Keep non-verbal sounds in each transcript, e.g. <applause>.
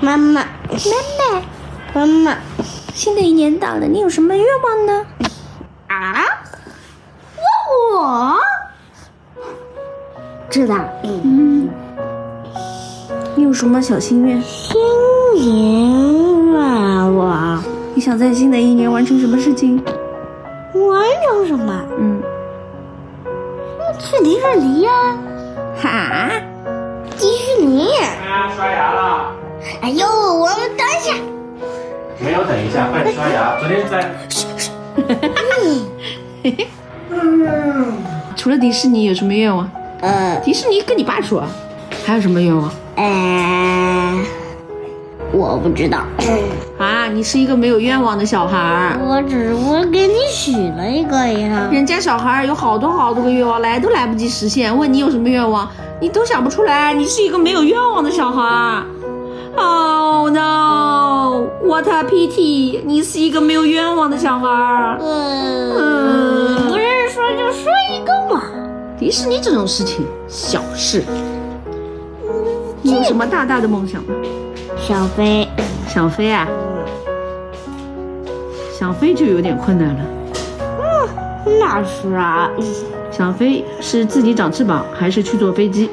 妈妈，妈妈，妈妈新的一年到了，你有什么愿望呢？啊，问 Oh, 我？知道。嗯。你有什么小心愿？新年愿望，你想在新的一年完成什么事情？完成什么？嗯。去迪士尼呀、哈？迪士尼。啊，刷牙啦！哎呦，我们等一下。没有，等一下，快点刷牙。昨天在除了迪士尼有什么愿望？呃，迪士尼跟你爸说，啊还有什么愿望呃，我不知道，啊？你是一个没有愿望的小孩儿，我只不过给你许了一个呀。人家小孩儿有好多好多个愿望，来都来不及实现。问你有什么愿望，你都想不出来，你是一个没有愿望的小孩儿。Oh no！What a pity！你是一个没有愿望的小孩儿。嗯，不是说就说一个嘛？迪士尼这种事情，小事。你有什么大大的梦想吗？小飞，想飞啊？想飞就有点困难了。哦那是啊，想飞是自己长翅膀，还是去坐飞 <laughs> 机？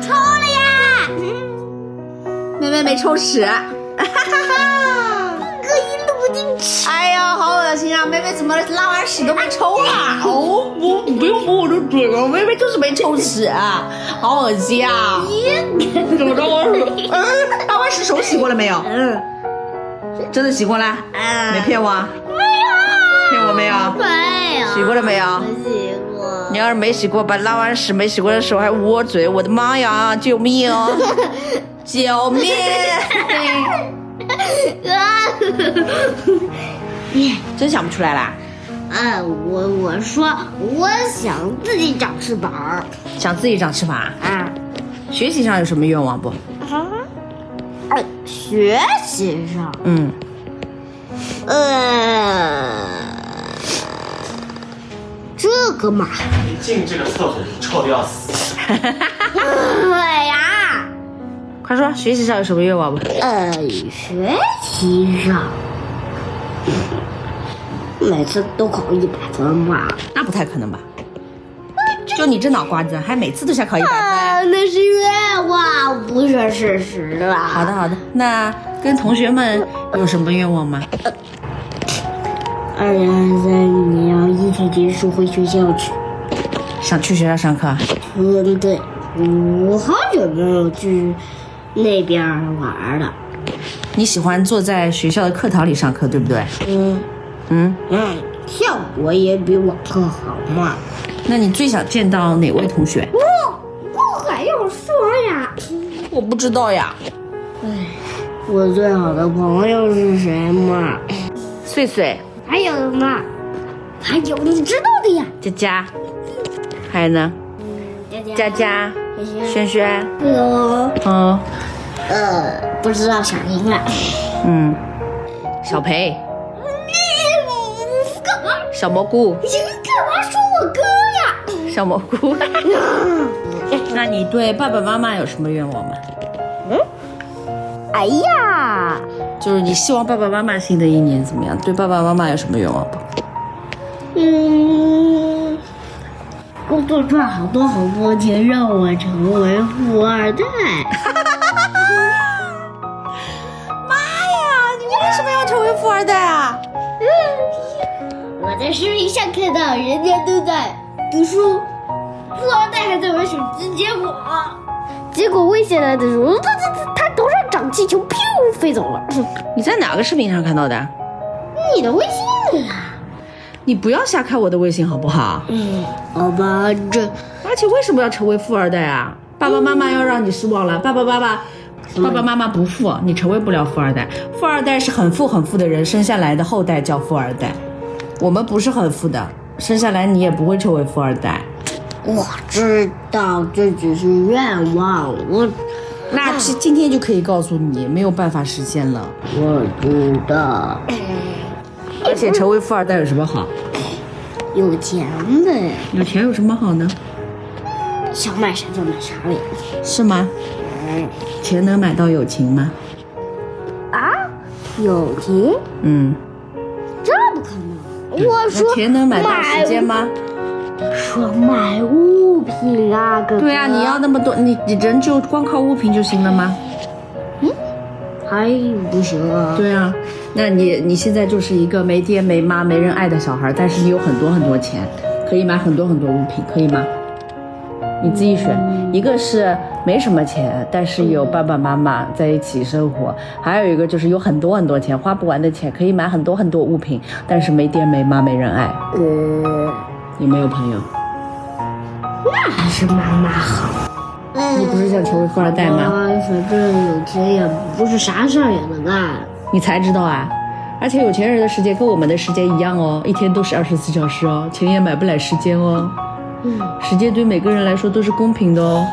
抽了 <laughs> 呀！妹妹没抽屎。 <laughs> 啊，可以录进去。哎呀，好恶心啊！妹妹怎么拉完屎都没抽啊？哦，不，不用摸我的嘴了，妹妹就是没抽屎、啊，好恶心啊！怎么着？嗯，拉完屎手洗过了没有？嗯，真的洗过了？没骗我啊？没骗我没有？没有，洗过了没有？洗过。你要是没洗过，把拉完屎没洗过的手还捂我嘴，我的妈呀！救命！啊 <laughs> 救 <laughs> 命！真想不出来啦。哎，我我说，我想自己长翅膀儿想自己长翅膀啊？啊学习上有什么愿望不？啊哎，学习上，嗯，呃，这个嘛，一进这个厕所就臭的要死。哎对呀，快说，学习上有什么愿望不？呃，学习上，每次都考一百分嘛。那不太可能吧？就你这脑瓜子，还每次都想考一百分。，啊那是愿望，不是事实啊了。好的，好的，那跟同学们有什么愿望吗？二零二三年要疫情结束回学校去。想去学校上课？啊嗯，对，我好久没有去那边玩了。你喜欢坐在学校的课堂里上课，对不对？嗯嗯，嗯，效果也比网课好嘛。那你最想见到哪位同学？哦我还要说呀，我不知道呀。我最好的朋友是谁嘛？穗穗、还有嘛？还有你知道的呀，佳佳，还有呢？佳佳、哎轩轩，还有嗯呃，不知道想赢了。嗯，小裴、你干嘛？小蘑菇。你干嘛说我哥呀？小蘑菇。 <laughs> 那你对爸爸妈妈有什么愿望吗？嗯哎呀，就是你希望爸爸妈妈新的一年怎么样？对爸爸妈妈有什么愿望不？嗯，工作赚好多好多钱，让我成为富二代。妈呀，你为什么要成为富二代啊？我在视频上看到人家都在读书，富二代还在玩手机，结果结果危险来的时候，他他他他头上长气球，飘飞走了。你在哪个视频上看到的？啊你的微信啊？你不要瞎开我的微信好不好？嗯，好吧，这而且为什么要成为富二代啊？爸爸妈妈要让你失望了，爸爸妈妈。爸爸妈妈不富，你成为不了富二代。富二代是很富很富的人生下来的后代叫富二代，我们不是很富的，生下来你也不会成为富二代。我知道这只是愿望，我那今今天就可以告诉你，没有办法实现了。我知道，而且成为富二代有什么好？有钱的有钱有什么好呢？想买啥就买啥了呀。是吗？哎钱能买到友情吗？啊，友情？嗯，这不可能，我那说钱能买到时间吗？说买物品啊，哥哥。对啊，你要那么多，你你人就光靠物品就行了吗？还哎不行啊。对啊，那你你现在就是一个没爹没妈没人爱的小孩，但是你有很多很多钱，可以买很多很多物品，可以吗？你自己选，一个是没什么钱，但是有爸爸妈妈在一起生活，还有一个就是有很多很多钱，花不完的钱，可以买很多很多物品，但是没爹没妈没人爱，呃，也没有朋友。还是妈妈好。你不是想成为富二代嗯吗？啊，反正有钱也不是啥事儿也能干。你才知道啊！而且有钱人的世界跟我们的世界一样哦，一天都是二十四小时哦，钱也买不来时间哦。嗯，时间对每个人来说都是公平的哦。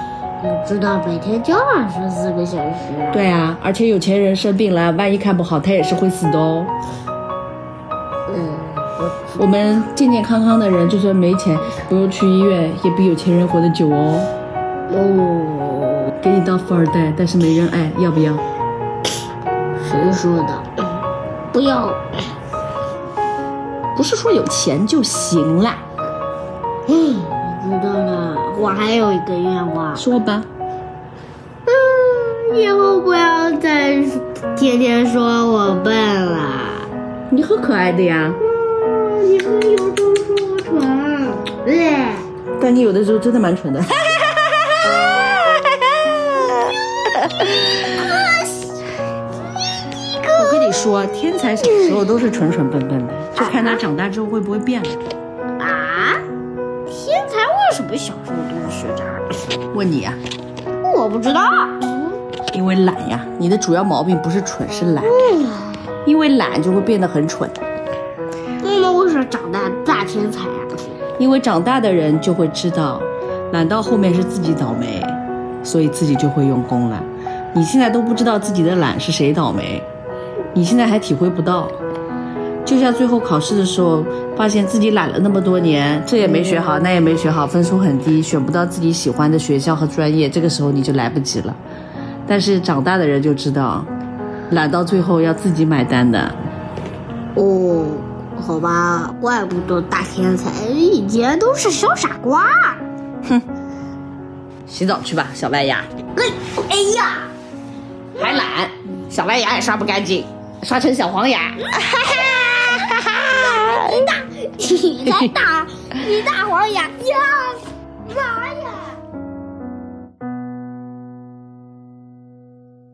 我嗯知道每天就二十四个小时。对啊，而且有钱人生病了，万一看不好，他也是会死的哦。嗯，我们健健康康的人，就算没钱，不用去医院，也比有钱人活得久哦。哦，给你当富二代，但是没人爱，要不要？谁说的？嗯不要，不是说有钱就行啦，嗯，我知道了。我还有一个愿望，说吧。嗯，以后不要再天天说我笨了。你很可爱的呀，你们嗯以后都说我 <laughs> 蠢。对，但你有的时候真的蛮蠢 <laughs> 的。我跟你说，天才小时候都是蠢蠢笨笨的，就看他长大之后会不会变了。啊，天才为什么小时候都是学渣？问你啊，我不知道。因为懒呀，你的主要毛病不是蠢，是懒。因为懒就会变得很蠢，那么为什么长大大天才啊？因为长大的人就会知道，懒到后面是自己倒霉，所以自己就会用功了。你现在都不知道自己的懒是谁倒霉，你现在还体会不到。就像最后考试的时候，发现自己懒了那么多年，这也没学好，那也没学好，分数很低，选不到自己喜欢的学校和专业，这个时候你就来不及了。但是长大的人就知道，懒到最后要自己买单的。哦，好吧，怪不得大天才以前都是小傻瓜。洗澡去吧，小白牙。哎，哎呀，还懒，小白牙也刷不干净，刷成小黄牙。你大，你才大，你大黄牙呀！